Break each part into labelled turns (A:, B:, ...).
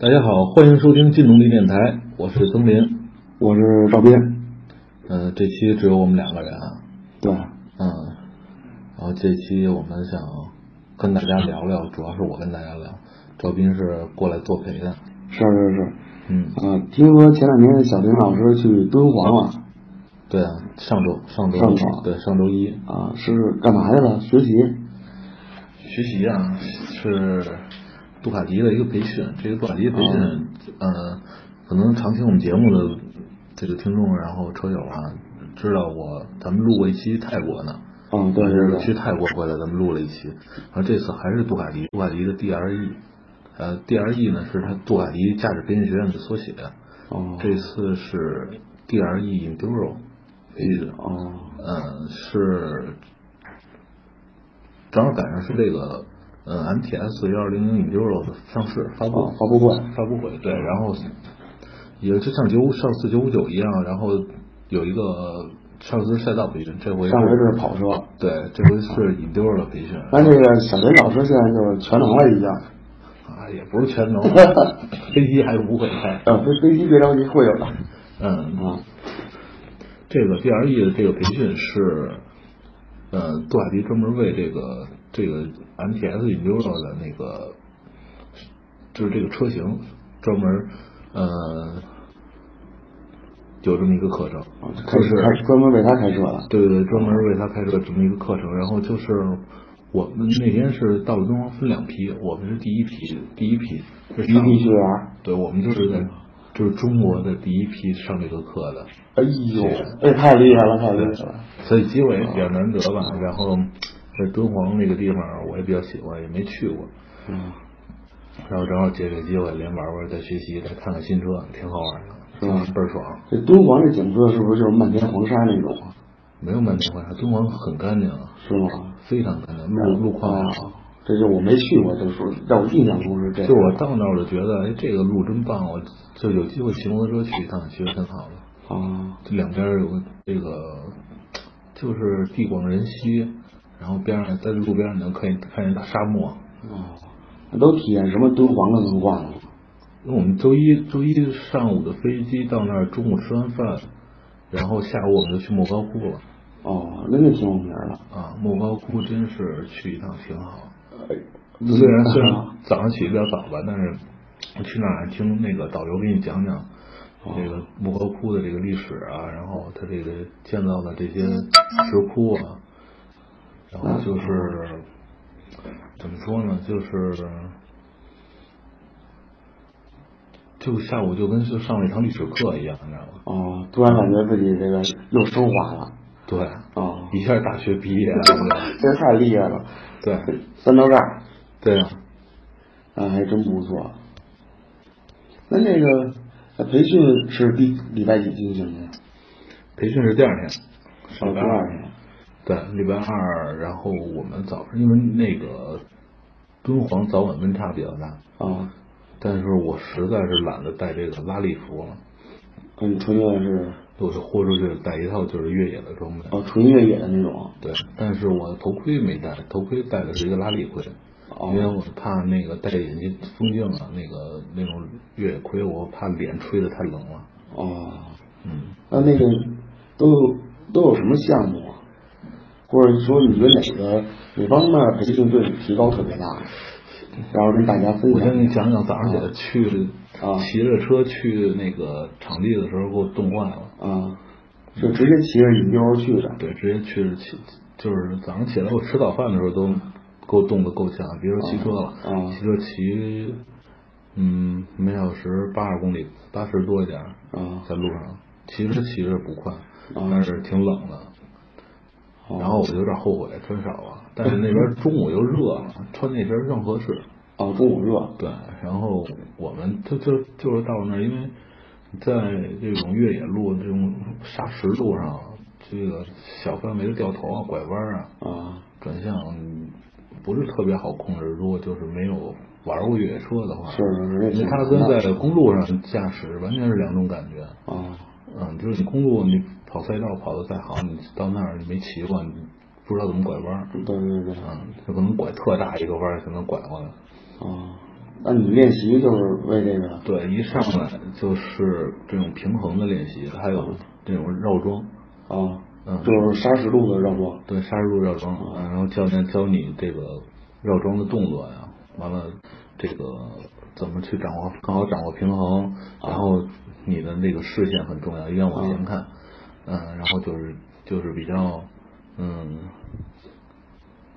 A: 大家好，欢迎收听金龙力电台，我是曾林。
B: 我是赵斌，
A: 呃，这期只有我们两个人啊，
B: 对，
A: 嗯，然后这期我们想跟大家聊聊，主要是我跟大家聊，赵斌是过来作陪的，
B: 是是是，
A: 嗯，
B: 嗯、听说前两天小林老师去敦煌了
A: 对啊，上周上周
B: 上周
A: 对上周一
B: 啊、是干嘛去了？学习？
A: 学习啊，是杜卡迪的一个培训。这个杜卡迪培训，
B: 哦
A: 呃，可能常听我们节目的这个听众，然后车友啊，知道我咱们录过一期泰国呢，
B: 嗯，对对
A: 去
B: 对，
A: 泰国回来咱们录了一期，然后这次还是杜卡迪，杜卡迪的 DRE，呃，DRE 呢是它杜卡迪驾驶培训学院的缩写，
B: 哦
A: 这次是 E DRE Enduro 培训。
B: 哦，
A: 嗯，是正好赶上是这个呃 MTS 幺二零零 Enduro 的上市发布、
B: 哦发布会
A: 发布会对，然后也就像九上次九五九一样，然后有一个上次是赛道培训，这回
B: 上回是跑车，
A: 对，这回是 Enduro 的培训，
B: 但这个小林老师现在就是全能了已经，
A: 啊，也不是全 能，飞机还不会开，
B: 呃，飞飞机别着急会有的，
A: 嗯，
B: 啊，
A: 这个 DRE 的这个培训是，呃，杜卡迪专门为这个这个 MTS Enduro 的那个，就是这个车型专门呃有这么一个课程，
B: 哦开
A: 就是
B: 始开始专门为他开车的，
A: 对对对，专门为他开设这么一个课程。然后就是我们那天是到了敦煌分两批，我们是第一批，第一批是
B: 一
A: 上
B: 地啊学员，
A: 对，我们就是在就是中国的第一批上这个课的。
B: 哎呦，哎，太厉害了，太厉害了，
A: 所以机会也比较难得吧。然后在敦煌那个地方，我也比较喜欢，也没去过。
B: 嗯，
A: 然后正好借这个机会，连玩玩，再学习，再看看新车，挺好玩的，
B: 是吧
A: 倍儿爽。
B: 这敦煌这景色是不是就是漫天黄沙那种啊？
A: 没有漫天黄沙，敦煌很干净，啊
B: 是吗？
A: 非常干净，路路况
B: 啊
A: 好。，
B: 这就我没去过，就是说在我印象中是这样。
A: 就我到那儿，我就觉得，哎，这个路真棒，我就有机会骑摩托车去一趟，觉得挺好的。
B: 啊，
A: 这两边儿有这个，就是地广人稀，然后边上在路边上你能看见看见大沙漠，
B: 哦，那都体验什么敦煌的文化了？
A: 因为我们周一周一上午的飞机到那儿，中午吃完饭，然后下午我们就去莫高窟了
B: 哦，那就挺有名儿的。
A: 啊。莫高窟真是去一趟挺好，
B: 哎
A: 虽然啊虽然早上起得比较早吧，但是我去那儿还听那个导游给你讲讲这个莫高窟的这个历史啊，然后它这个建造的这些石窟啊，然后就是怎么说呢，就是。就下午就跟就上了一堂历史课一样，你知道吗？
B: 哦，突然感觉自己这个又升华了。
A: 对，
B: 哦，
A: 一下大学毕业 了，
B: 这太厉害了。
A: 对
B: 三道杠，
A: 对啊，
B: 那还真不错。那这个呃培训是第礼拜几进行的？
A: 培训是第二天，上
B: 礼
A: 班
B: 拜二天。
A: 对，礼拜二，然后我们早上因为那个敦煌早晚温差比较大，
B: 啊，
A: 但是我实在是懒得带这个拉力服了，
B: 嗯，纯越是
A: 我就豁出去带一套就是越野的装备。
B: 哦，纯越野的那种。
A: 对，但是我头盔没戴，头盔戴的是一个拉力盔，
B: 哦
A: 因为我怕那个戴着眼镜风镜啊，那个那种越野盔，我怕脸吹的太冷了。
B: 哦，
A: 嗯，
B: 那那个都有都有什么项目啊？或者说你觉得哪个哪方面培训对你提高特别大？然后跟大家分
A: 我先
B: 享
A: 给
B: 一
A: 你
B: 下。
A: 讲讲早上起来去、
B: 啊
A: 骑着车去那个场地的时候给我冻坏了。
B: 啊，是直接骑着引溜儿去的。
A: 对，直接去起，就是早上起来我吃早饭的时候都给我冻得够呛，别说骑车了，
B: 啊
A: 骑车骑，嗯，每小时八十公里，八十多一点儿，
B: 啊
A: 在路上骑着骑着不快，但是挺冷的。
B: 哦
A: 然后我就有点后悔穿少了，但是那边中午又热了，穿那身儿正合适。
B: 哦，中午热。
A: 对，然后我们就就就是到那儿，因为在这种越野路、这种沙石路上，这个小范围的掉头啊、拐弯啊、
B: 啊
A: 转向嗯不是特别好控制。如果就是没有玩过越野车的话，
B: 是是是
A: 因为它跟在公路上驾驶完全是两种感觉。
B: 啊
A: 嗯，就是你公路你跑赛道跑的再好，你到那儿你没骑过，你不知道怎么拐弯儿。
B: 对对对
A: 嗯，有可能拐特大一个弯儿才能拐过来。
B: 啊，那你练习就是为这个
A: 对，一上来就是这种平衡的练习，还有这种绕桩，
B: 啊，
A: 嗯
B: 就是砂石路的绕桩。
A: 对，刹住绕桩，啊然后教练教你这个绕桩的动作呀，完了这个怎么去掌握，更好掌握平衡，然后你的那个视线很重要，一定要往前看，嗯，然后就是就是比较，嗯，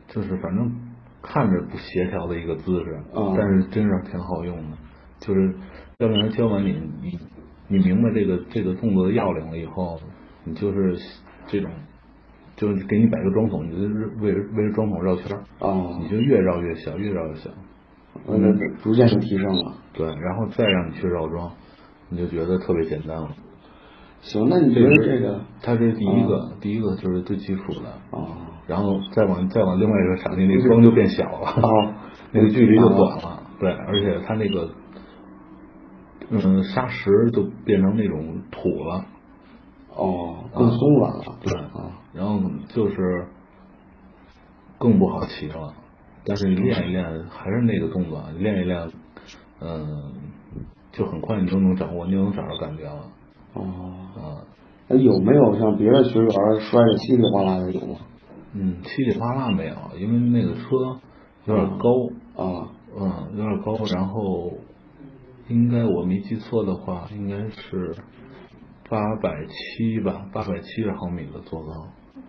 A: 就是反正看着不协调的一个姿势，
B: 啊
A: 但是真是挺好用的，就是教练他教完你，你你明白这个这个动作的要领了以后，你就是这种。就是给你摆个装桶，你就是围着围着装桶绕圈儿，
B: 啊，
A: 你就越绕越小，越绕越小。
B: 那那逐渐就提升了。
A: 对，然后再让你去绕桩，你就觉得特别简单了。
B: 行，那你觉得这个
A: 它是第一个，第一个就是最基础的，
B: 啊
A: 然后再往再往另外一个场地，那个桩就变小 了，
B: 啊
A: 那个距离就短了。对，而且它那个，嗯，砂石就变成那种土了。
B: 哦，
A: 啊
B: 更松软了。
A: 对
B: 啊，
A: 然后就是更不好骑了。但是你练一练，还是那个动作，你练一练，嗯，就很快你就能掌握，你就能找着感觉了。
B: 哦，
A: 啊，
B: 那有没有像别的学员摔得稀里哗啦的有吗？
A: 嗯，稀里哗啦没有，因为那个车有点高，
B: 啊
A: 嗯，有点高，然后应该我没记错的话，应该是八百七吧，八百七十毫米的坐高。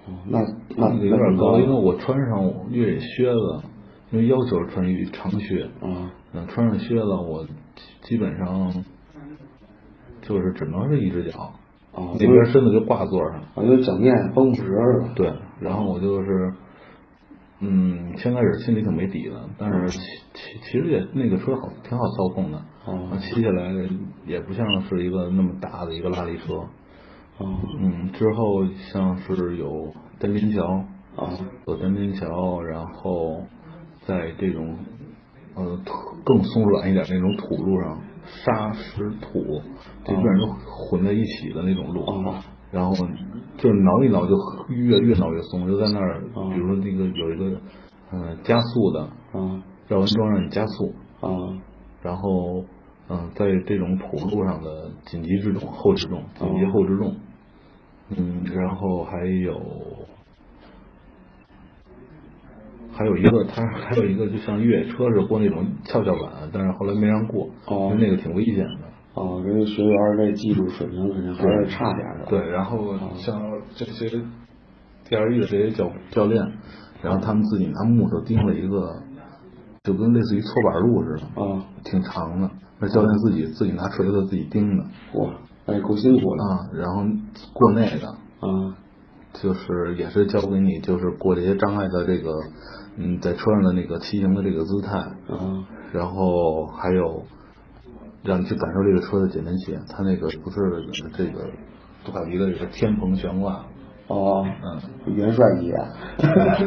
B: 哦，那那
A: 那个有点高，因为我穿上我越野靴子，因为要求穿越长靴，
B: 啊
A: 嗯，穿上靴子我基基本上就是只能是一只脚，
B: 啊，
A: 那
B: 因
A: 边
B: 为
A: 身子就挂座上，
B: 啊因为脚面绷不直是吧？
A: 对，然后我就是，嗯，先开始心里挺没底的，但是其其其实也那个车好挺好操控的，
B: 哦
A: 骑起来也不像是一个那么大的一个拉力车，
B: 哦
A: 嗯，之后像是有单边桥，
B: 啊
A: 有单边桥，然后在这种呃土更松软一点那种土路上，沙石土这基本上都混在一起的那种路，
B: 啊
A: 然后就是挠一挠就越越挠越松，就在那儿，
B: 哦
A: 比如说那个有一个嗯、呃加速的
B: 啊
A: 绕弯桩让你加速，
B: 啊
A: 然后嗯、在这种土路上的紧急制动、后制动、紧急后制动，嗯，然后还有还有一个，它还有一个就像越野车似的过那种跷跷板，但是后来没让过，
B: 哦
A: 因为那个挺危险的。
B: 啊，人家学员这技术水平肯定还是差点儿的。
A: 对，然后像这些 D R E 的这些教教练，然后他们自己拿木头钉了一个，就跟类似于搓板路似的，
B: 啊，
A: 挺长的。那教练自己自己拿锤子自己钉的
B: 哇，哎，够辛苦的
A: 啊，然后过那个
B: 啊
A: 就是也是教给你，就是过这些障碍的这个，嗯，在车上的那个骑行的这个姿态，
B: 啊
A: 然后还有让你去感受这个车的简单性，它那个不是这个杜卡迪的这个天蓬悬挂，
B: 哦，
A: 嗯，
B: 元帅级啊，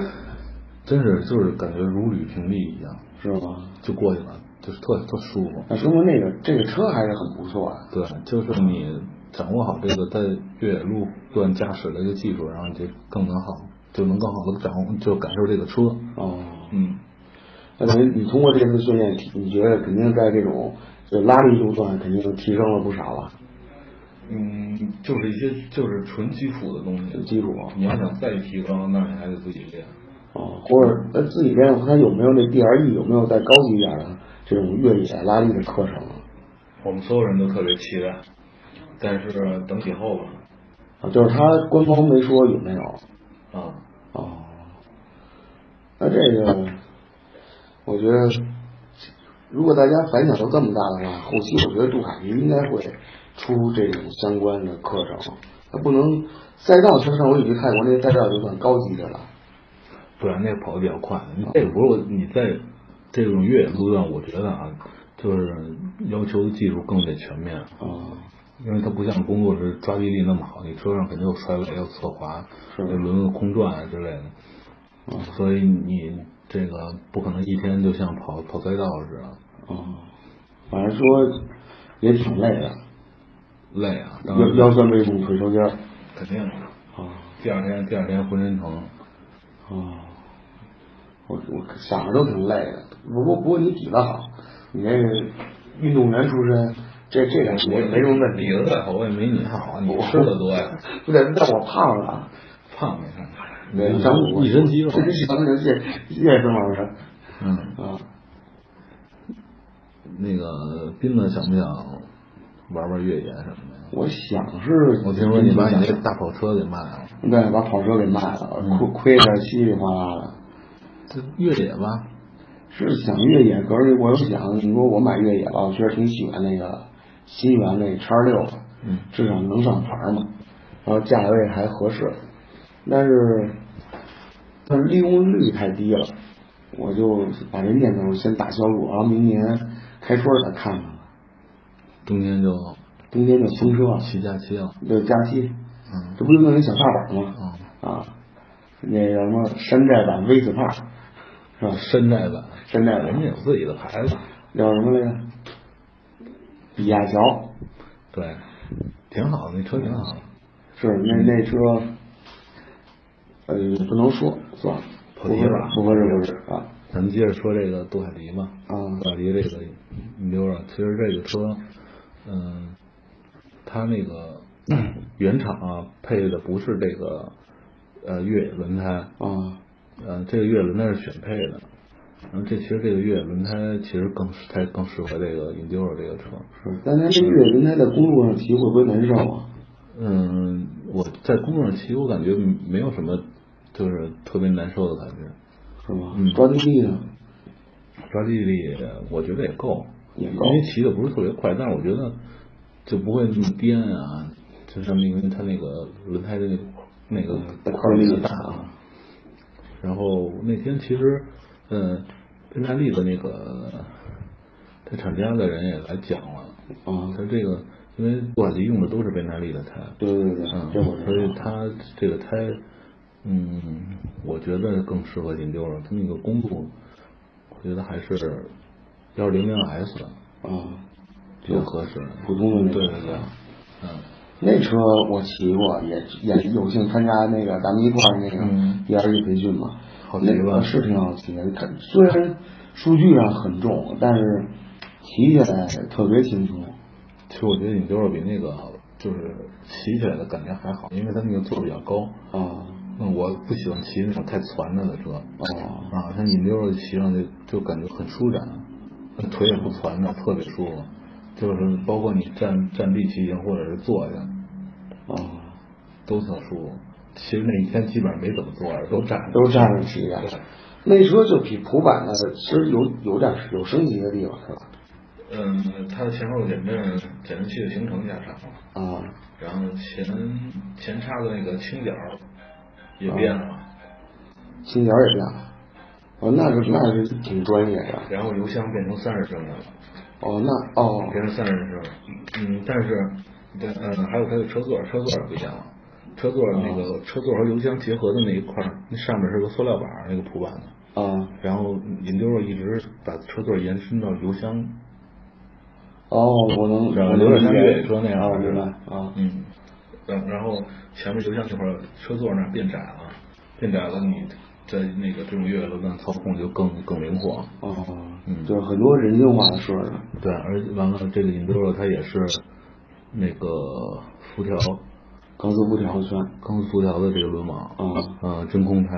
A: 真是就是感觉如履平地一样，
B: 是吗？
A: 就过去了，就是特特舒服。
B: 那说明那个这个车还是很不错啊。
A: 对，就是你掌握好这个在越野路段驾驶的一个技术，然后你就更能好，就能更好的掌握，就感受这个车。
B: 哦，
A: 嗯，
B: 那等于你通过这次训练，你觉得肯定在这种就拉力路段肯定就提升了不少了，
A: 嗯，就是一些就是纯基础的东
B: 有基础。
A: 你要想再提高，那你还得自己练。
B: 哦，或者呃自己练的话，他有没有那 DRE 有没有再高级一点的这种越野拉力的课程啊？
A: 我们所有人都特别期待，但是等以后吧。
B: 啊，就是他官方没说有没有。
A: 啊，
B: 哦，那这个，我觉得，如果大家反响都这么大的话，后期我觉得杜卡迪应该会出这种相关的课程。它不能赛道，其实上我以为泰国那赛道就算高级的了。
A: 对，那个跑得比较快。你这个不是我你在这种越野路段，我觉得啊，就是要求的技术更得全面，
B: 啊
A: 因为它不像工作时抓地力那么好，你车上肯定有甩尾、有侧滑、
B: 是
A: 有轮子空转啊之类的，所以你这个不可能一天就像跑跑赛道似的
B: 啊，反正说也挺累的，
A: 累啊，当
B: 腰
A: 然
B: 腰酸背痛腿抽筋儿。
A: 肯定的。
B: 啊
A: 第二天，第二天浑身疼。
B: 啊，我我想着都挺累的。不过不过你底子好，你那个运动员出身，这这个没没什么问
A: 你
B: 题。
A: 的胃口味没你 好，你吃的多呀，
B: 不对，但我胖了，
A: 胖没看
B: 对
A: 你
B: 但我
C: 一身肌肉
B: 这这咱们这健健身嘛不是？
A: 嗯，
B: 啊，
A: 那个斌子想不想玩玩越野什么的呀？
B: 我想是，
A: 我听说你把你那大跑车给卖了，
B: 对，把跑车给卖了，
A: 嗯
B: 亏亏的稀里哗啦的。
A: 这越野吧，
B: 是想越野，可是我又想，你说我买越野吧，我确实挺喜欢那个新源那叉六的，
A: 嗯，
B: 至少能上牌嘛，然后价位还合适，但是但是利用率太低了，我就把这念头先打消住，然后明年开春儿再看看吧，
A: 中间就
B: 冬天就封车了，
A: 骑假期了，
B: 就假期，
A: 嗯，
B: 这不就弄一小踏板吗？
A: 嗯
B: 啊，那个什么山寨版 V 字踏，是吧？
A: 山寨版，
B: 山寨版
A: 人家有自己的牌子，
B: 叫什么来着？比亚乔。
A: 对，挺好的，那车挺好的，
B: 是那那车，呃，不能说，算了，
A: 跑题了
B: 不合适，不合适啊。
A: 咱们接着说这个杜海迪吧。
B: 啊
A: 杜海迪这个溜啊，其实这个车，嗯，它那个原厂啊配的不是这个呃越野轮胎，
B: 啊，
A: 呃，这个越野轮胎是选配的。然后这其实这个越野轮胎其实更适才更适合这个 Enduro 这个车。
B: 是，但他这越野轮胎在公路上骑会不会难受啊？
A: 嗯，我在公路上骑，我感觉没有什么就是特别难受的感觉，
B: 是吗？
A: 嗯
B: 抓地力呢？
A: 抓地力我觉得也够。
B: 也
A: 因
B: 高。
A: 为骑的不是特别快，但是我觉得就不会那么颠啊，就像那个它那个轮胎的那个那个块儿比较大啊。然后那天其实，嗯，宾大利的那个他厂家的人也来讲了，
B: 啊，
A: 他这个因为杜卡迪用的都是宾大利的胎，
B: 对对对，
A: 嗯，
B: 这我知道。
A: 所以它这个胎，嗯，我觉得更适合金丢了，它那个公路，我觉得还是幺零零 S 的。
B: 啊，
A: 比较合适。
B: 普通的那种
A: 对对对，嗯，
B: 那车我骑过，也也有幸参加那个咱们一块儿那个
A: 嗯
B: E R E 培训嘛，
A: 好骑
B: 那
A: 吧
B: 个是挺好骑的。它虽然数据上很重，但是骑起来特别轻松。
A: 其实我觉得你就是比那个就是骑起来的感觉还好，因为它那个座儿比较高。
B: 啊
A: 那我不喜欢骑那种太攒着的车。
B: 哦
A: 啊，像你溜着骑上去就感觉很舒展，腿也不攒着，特别舒服。就是包括你站站立骑行或者是坐下，
B: 哦，
A: 都挺舒服。其实那一天基本上没怎么坐着，都站着。
B: 都站着骑的
A: 对。
B: 那车就比普版的其实有有点有升级的地方是吧？
A: 嗯，它的前后减震减震器的行程加长了。
B: 啊
A: 然后前前叉的那个倾角也变了，
B: 倾角也变了。哦，那是那是挺专业的。
A: 然后油箱变成三十升了，
B: 哦，那哦
A: 变成三十升。嗯，但是，对，嗯，还有它的车座，车座也不一样了。车座那个车座和油箱结合的那一块儿，那上面是个塑料板儿，那个铺板的。
B: 啊
A: 然后引流一直把车座延伸到油箱，
B: 哦，我能
A: 然
B: 我
A: 后
B: 能
A: 有点
B: 理
A: 像越野
B: 解
A: 车那样
B: 啊，
A: 似
B: 明
A: 的
B: 白啊。
A: 嗯，然然后前面油箱那块儿车座那儿变窄了，变窄了，你在那个这种越野轮上操控就更更灵活。
B: 哦，
A: 嗯
B: 就是很多人性化的设置。
A: 对，而且完了这个 Enduro 它也是那个辐条
B: 钢丝布条圈。
A: 钢丝辐条的这个轮网，
B: 嗯
A: 呃，真空胎，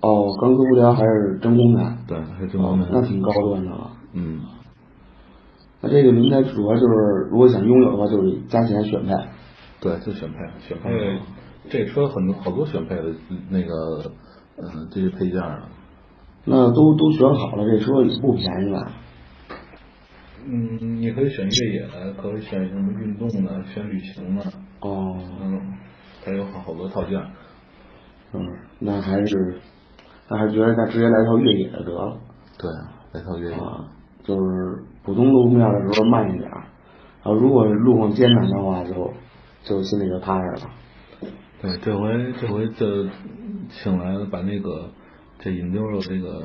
B: 哦，钢丝布条还是真空的。
A: 对，还是真
B: 哦
A: 空，
B: 那
A: 胎，
B: 挺高端的了。
A: 嗯，
B: 那这个轮胎主要就是，如果想拥有的话，就是加钱选配。
A: 对，就选配，选配，这车很多好多选配的那个，嗯，这些配件啊，
B: 那都都选好了，这车也不便宜吧？
A: 嗯，你可以选越野的，可以选什么运动的，选旅行的，
B: 哦，
A: 嗯，它有好好多套件，
B: 嗯，那还是，那还是觉得那直接来套越野的得了
A: 对，来套越野，
B: 啊，就是普通路面的时候慢一点儿，啊，如果路况艰难的话就，就心里就踏实了。
A: 对，这回这回就请来了把那个这引丢了这个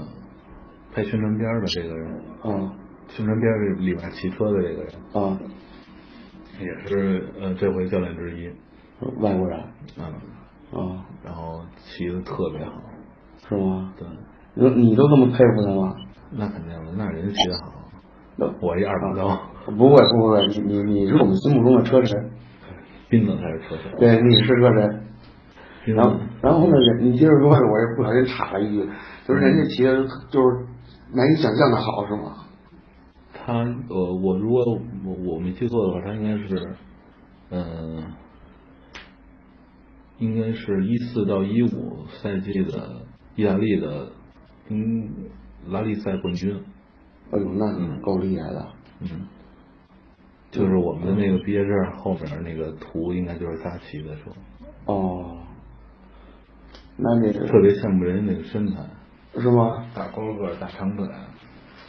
A: 拍宣传片儿的这个人，
B: 啊
A: 宣传片儿里面骑车的这个人，
B: 啊，
A: 也是呃这回教练之一，
B: 外国人
A: 嗯，
B: 啊，
A: 然后骑的特别好，
B: 是吗？
A: 对，
B: 你你都这么佩服他吗？
A: 那肯定的，那人骑的好，
B: 那
A: 我一二把刀，
B: 不会不会，你你你是我们心目中的车神，
A: 斌子才是车神。
B: 对，你是车神。
A: 斌子
B: 然后，
A: 嗯
B: 然后呢？人你接着说，我也不小心插了一句，就是人家骑的就是难以想象的好，是吗？
A: 他呃，我如果我我没记错的话，他应该是，嗯、应该是一四到一五赛季的意大利的嗯拉力赛冠军。
B: 哎呦，那够厉害的。
A: 嗯，就是我们的那个毕业证后面那个图，应该就是他骑的时候，
B: 哦，那这
A: 特
B: 是
A: 别羡慕人家那个身材，
B: 是吗？
A: 大高个、大长腿。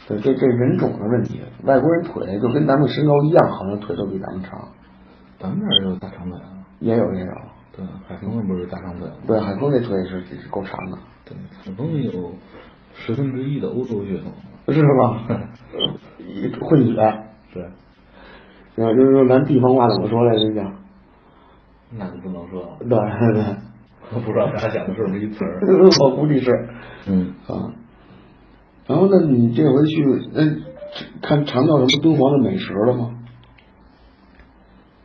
B: 对，这这人种的问题，外国人腿就跟咱们身高一样，好像腿都比咱们长，
A: 咱们这儿也有大长腿啊，
B: 也有也有。
A: 对，海峰那不是大长腿吗？
B: 对，海峰这腿是是够长的，
A: 对，海峰有十分之一的欧洲血统。
B: 是吧？一 混血，
A: 对，
B: 然后就是说咱地方话怎么说来着？叫
A: 那就不能说了，
B: 对 对对，
A: 我不知道他想的是什么一词儿。
B: 我估计是。
A: 嗯，
B: 啊。然后，那你这回去，那看尝到什么敦煌的美食了吗？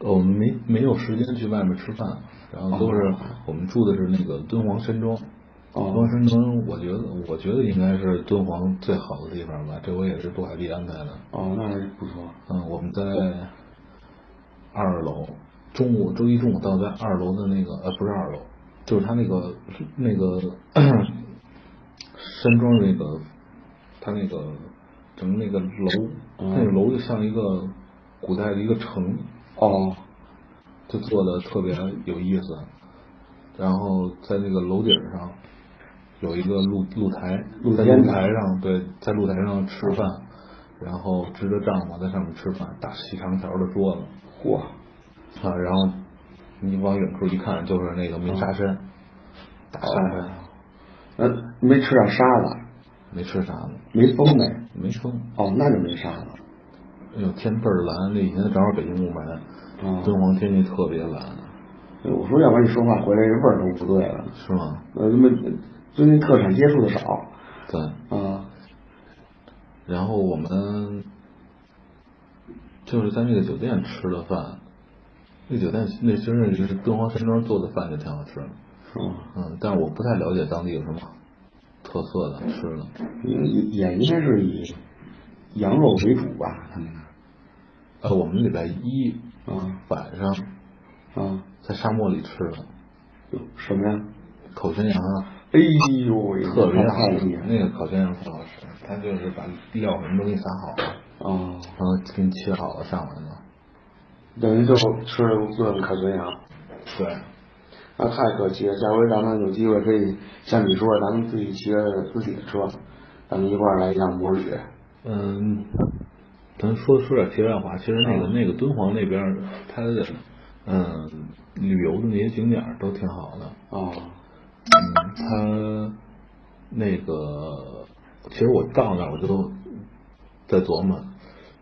A: 呃我们没没有时间去外面吃饭，然后都是我们住的是那个敦煌山庄。敦煌
B: 哦，
A: 山庄，我觉得我觉得应该是敦煌最好的地方吧。这回也是杜海地安排的。
B: 哦，那还不错。
A: 嗯，我们在二楼，中午周一中午到在二楼的那个呃不是二楼，就是他那个那个山庄那个他那个整个那个楼，
B: 嗯
A: 那个楼就像一个古代的一个城，
B: 哦，
A: 就做的特别有意思。然后在那个楼顶上有一个露露台，
B: 露
A: 在
B: 天
A: 露
B: 的
A: 台上对，在露台上吃饭，然后支着帐篷在上面吃饭，大细长条的桌子
B: 嚯，
A: 啊，然后你往远处一看就是那个鸣沙山，大沙山，
B: 那没吃点沙子，
A: 没吃啥呢，
B: 没风没？
A: 没撑，
B: 哦，那就没沙子。
A: 哎呦天倍儿蓝，那以前正好北京雾霾，
B: 哦
A: 敦煌天气特别蓝，
B: 对我说，要不然你说话回来这味儿都不对了。
A: 是吗？
B: 呃，那么最近特产接触的少
A: 对，
B: 啊。
A: 然后我们就是在那个酒店吃的饭，那酒店那真是是敦煌山庄做的饭就挺好吃的，
B: 是吗？
A: 嗯，但是我不太了解当地有什么特色的吃的，
B: 也也应该是以羊肉为主吧，他们
A: 呃，我们礼拜一
B: 那儿啊
A: 晚上
B: 啊，
A: 在沙漠里吃的
B: 有什么呀？
A: 烤全羊啊，
B: 哎呦喂，
A: 特别好
B: 太
A: 吃
B: 厉害，了
A: 那个烤全羊特好吃，它就是把料什么都给你撒好了，
B: 哦，
A: 然后给你切好了上来了，
B: 等于就吃了一顿烤全羊，
A: 对，
B: 那太可惜了。下回咱们有机会可以像你说，的，咱们自己骑着自己的车，咱们一块儿来一趟摩尔雪。
A: 嗯，咱说说点题外话，其实那个、
B: 啊
A: 那个敦煌那边儿，它的嗯旅游的那些景点儿都挺好的，
B: 哦，
A: 嗯，它那个其实我到那儿我就在琢磨，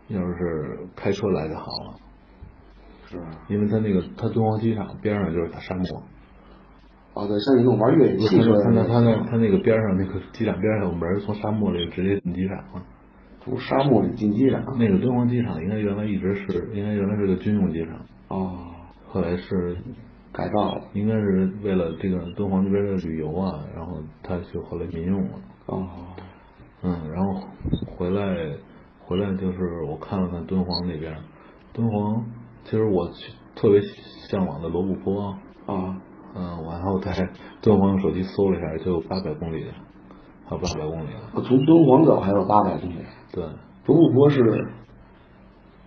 A: 要是开车来就好了，
B: 是吧？
A: 因为它那个它敦煌机场边上就是大沙漠，
B: 哦，对，像你那种玩越野
A: 它
B: 汽车的
A: 那
B: 那
A: 它那
B: 种，
A: 它那个边上那个机场边上有门儿，从沙漠里直接进机场了。
B: 从沙漠里进机啊场。
A: 那个敦煌机场应该原来一直是，应该原来是个军用机场，
B: 哦，
A: 后来是
B: 改造了。
A: 应该是为了这个敦煌这边的旅游啊，然后他就后来民用了，
B: 哦，
A: 嗯，然后回来回来就是我看了看敦煌那边，敦煌其实我去特别向往的罗布泊，
B: 啊，
A: 嗯，然后在敦煌用手机搜了一下，就有八百公里，还有八百公里了，
B: 我哦从敦煌走还有八百公里。
A: 对，
B: 罗布泊是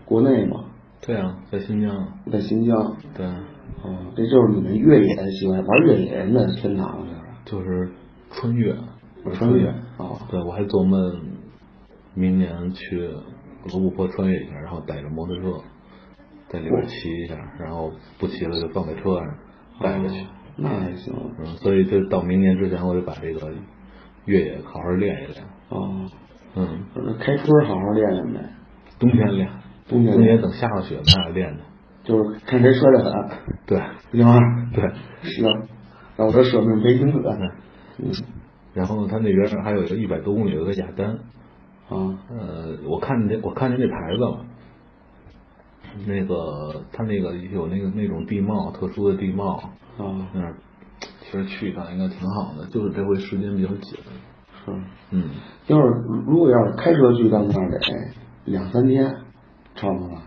B: 国内嘛，
A: 对啊，在新疆，
B: 在新疆。
A: 对，
B: 哦，这就是你们越野喜欢玩越野人的天堂了，
A: 就是穿越，
B: 这是穿越哦，
A: 对，我还琢磨明年去罗布泊穿越一下，然后带着摩托车在里边骑一下，然后不骑了就放在车上带着去。
B: 那还行
A: 嗯，所以就到明年之前，我得把这个越野好好练一练。
B: 哦。
A: 嗯，
B: 开春好好练练呗，
A: 冬天练，
B: 冬天练
A: 等下了雪咱俩练练。
B: 就是看谁摔得狠，
A: 对
B: 行吗？
A: 对，
B: 行，啊那我这舍命陪君子，
A: 然后他那边还有一个一百多公里有个雅丹，
B: 啊，
A: 呃，我看见这我看见这牌子了，那个它那个有那个那种地貌，特殊的地貌，
B: 啊，
A: 那儿嗯其实去一趟应该挺好的，就是这回时间比较紧，
B: 是。
A: 嗯，
B: 要是如果要是开车去到那儿得两三天，差不多吧。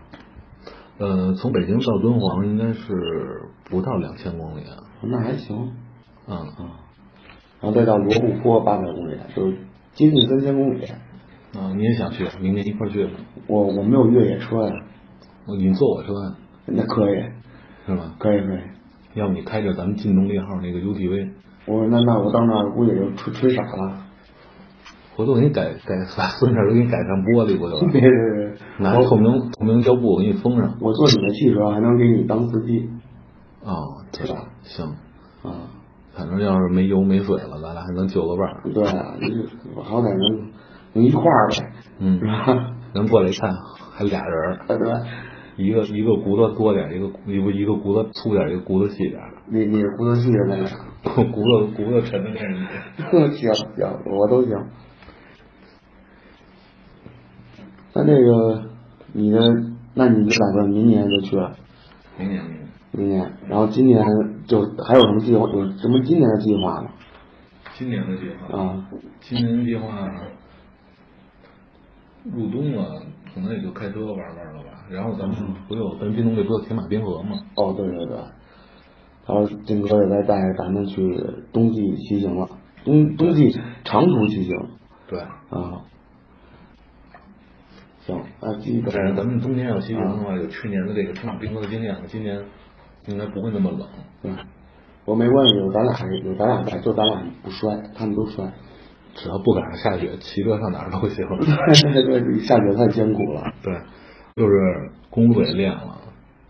A: 呃，从北京到敦煌应该是不到两千公里，啊
B: 那还行。
A: 嗯，
B: 然后再到罗布泊八百公里，就是接近三千公里。
A: 啊，你也想去，明年一块儿去吧，
B: 我我没有越野车呀、
A: 我你坐我车呀
B: 那可以，
A: 是吧？
B: 可以可以。
A: 要不你开着咱们劲动力号那个 UTV，
B: 我说那那我到那儿估计就吹吹傻了。
A: 回头我给你改改，把孙婶儿都给你改上玻璃不就完了？
B: 别别别，
A: 拿透明透明胶布我给你封上。
B: 我坐你的汽车还能给你当司机
A: 哦，对
B: 是吧？
A: 行，
B: 啊？
A: 反正要是没油没水了，咱俩还能救个伴儿。
B: 对啊，你就好歹能能一块儿呗，
A: 嗯
B: 是吧？
A: 咱过来一看，还俩人儿，
B: 对吧？
A: 一个一个骨头多点儿，一个一个一个骨头粗点儿，一个骨头细点儿。
B: 你你是胡作戏的那个。
A: 骨头骨头沉的那是你。
B: 行行，我都行。 那那个你的，那你就打算明年就去了？
A: 明年明年，
B: 明年，然后今年就还有什么计划？有什么今年的计划吗？
A: 今年的计划，
B: 啊，
A: 今年的计划入冬了，可能也就开车玩玩了吧。然后咱们不有咱们冰东这不有铁马冰河吗？
B: 哦，对对对，然后金哥也在带着咱们去冬季骑行了，冬冬季长途骑行
A: 对，
B: 啊。行，那基本
A: 但是咱们冬天要骑行
B: 啊
A: 的话，有去年的这个铁马冰河的经验了，今年应该不会那么冷。
B: 对，嗯我没关系，有咱俩有咱俩在，就咱俩不摔，他们都摔。
A: 只要不赶上下雪，骑车上哪儿 都行。
B: 对对对，下雪太艰苦了。
A: 对，就是公路也练了，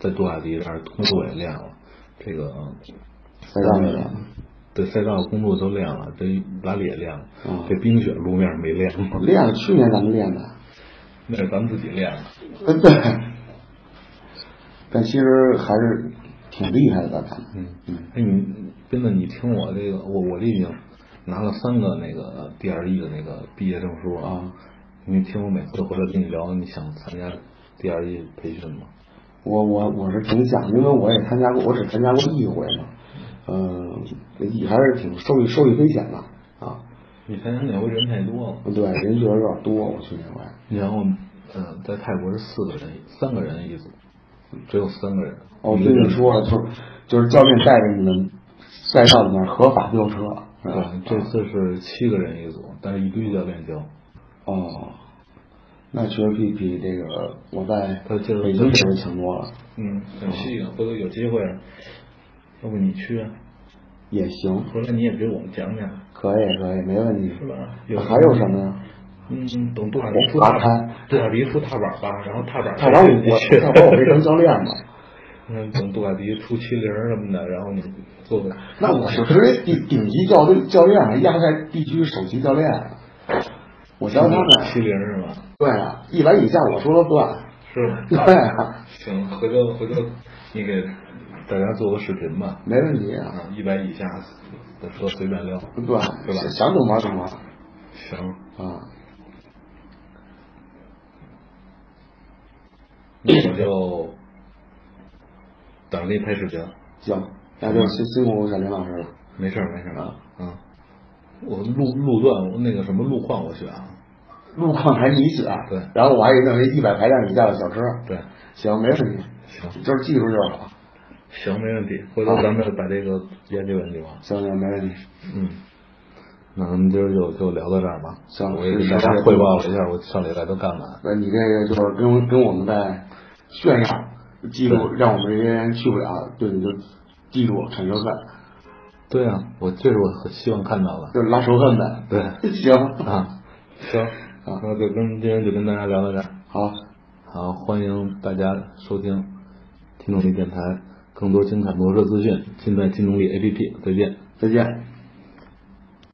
A: 在杜卡迪这儿公路也练了，这个
B: 再干一个，
A: 对赛道公路都练了，这哪里也练了，
B: 嗯
A: 这冰雪路面没练过，
B: 练了，去年咱们练的，
A: 那是咱们自己练的。
B: 嗯对。但其实还是挺厉害的，咱俩。
A: 嗯嗯，哎你斌子，你听我这个，我我这已经拿了三个那个 DRE 的那个毕业证书了
B: 啊。
A: 你听我每次回来跟你聊，你想参加 DRE 培训吗？
B: 我我我是挺想，因为我也参加过，我只参加过一回嘛，嗯、也还是挺受益受益匪浅的啊。
A: 你参加那回人太多了。
B: 对，人确实有点多，我去那回。
A: 然后，嗯，在泰国是四个人，三个人一组，只有三个人。
B: 哦，
A: 一
B: 跟
A: 个人
B: 你说了，就是就是教练带着你们赛道里面合法飙车，是吧啊
A: 对，啊这次是七个人一组，但是一堆教练教。
B: 哦，那确实比比这个我在
A: 他就是
B: 北京确实强多了，
A: 嗯，很细啊，回头有机会，要不你去啊？
B: 也行，
A: 回来你也给我们讲讲，
B: 可以可以，没问题
A: 是。吧？有
B: 还有什么呀？
A: 嗯，等杜海
B: 我
A: 迪出大
B: 打开，
A: 杜海迪出踏板吧，然后踏板
B: 他把我
A: 你
B: 我
A: 去
B: 他把我变成教练了，
A: 嗯，等杜海迪出七零什么的，然后你做个
B: 那我就直接顶顶级教练啊教练，亚太地区首席教练。啊我教他们，
A: 七零是吧？
B: 对啊，一百以下我说了算，
A: 是吧？
B: 对啊，
A: 行，回头回头你给大家做个视频吧，
B: 没问题啊，
A: 啊，一百以下的车随便撩，
B: 对，啊
A: 对吧
B: 想想怎么玩怎么玩
A: 行，
B: 啊，
A: 那我就等着给你拍视频，
B: 行，那就辛辛苦小林老师了，
A: 没事儿没事儿啊，嗯，我路路段我那个什么路况我选啊，
B: 路况还是你选，
A: 对
B: 然后我还弄一一百排量以下的小车，
A: 对，
B: 行，没问题，
A: 行
B: 就是技术就是好，
A: 行没问题，回头咱们把这个研究研究啊，
B: 行行，没问题，
A: 嗯。那咱们今儿就就聊到这儿吧。
B: 行
A: 我也给大家汇报了一下我上礼拜都干嘛。
B: 那你这个就是跟跟我们在炫耀，记住，让我们这些人去不了，对你就记住产生恨，
A: 对啊，我这是我很希望看到的。
B: 就拉仇恨呗，
A: 对，
B: 行，
A: 啊，行，那就跟今天就跟大家聊到这儿。
B: 好，
A: 好，欢迎大家收听听众力电台，更多精彩摩车资讯尽在金动力 APP。再见。
B: 再见。